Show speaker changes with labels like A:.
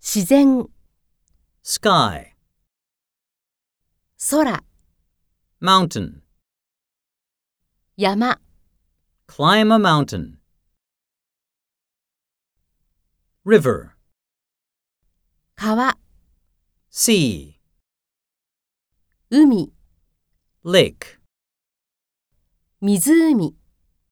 A: 自然、
B: sky,
A: 空、
B: mountain,
A: 山、
B: climb a mountain. River,
A: 川、
B: sea,
A: 海、
B: lake.
A: 湖。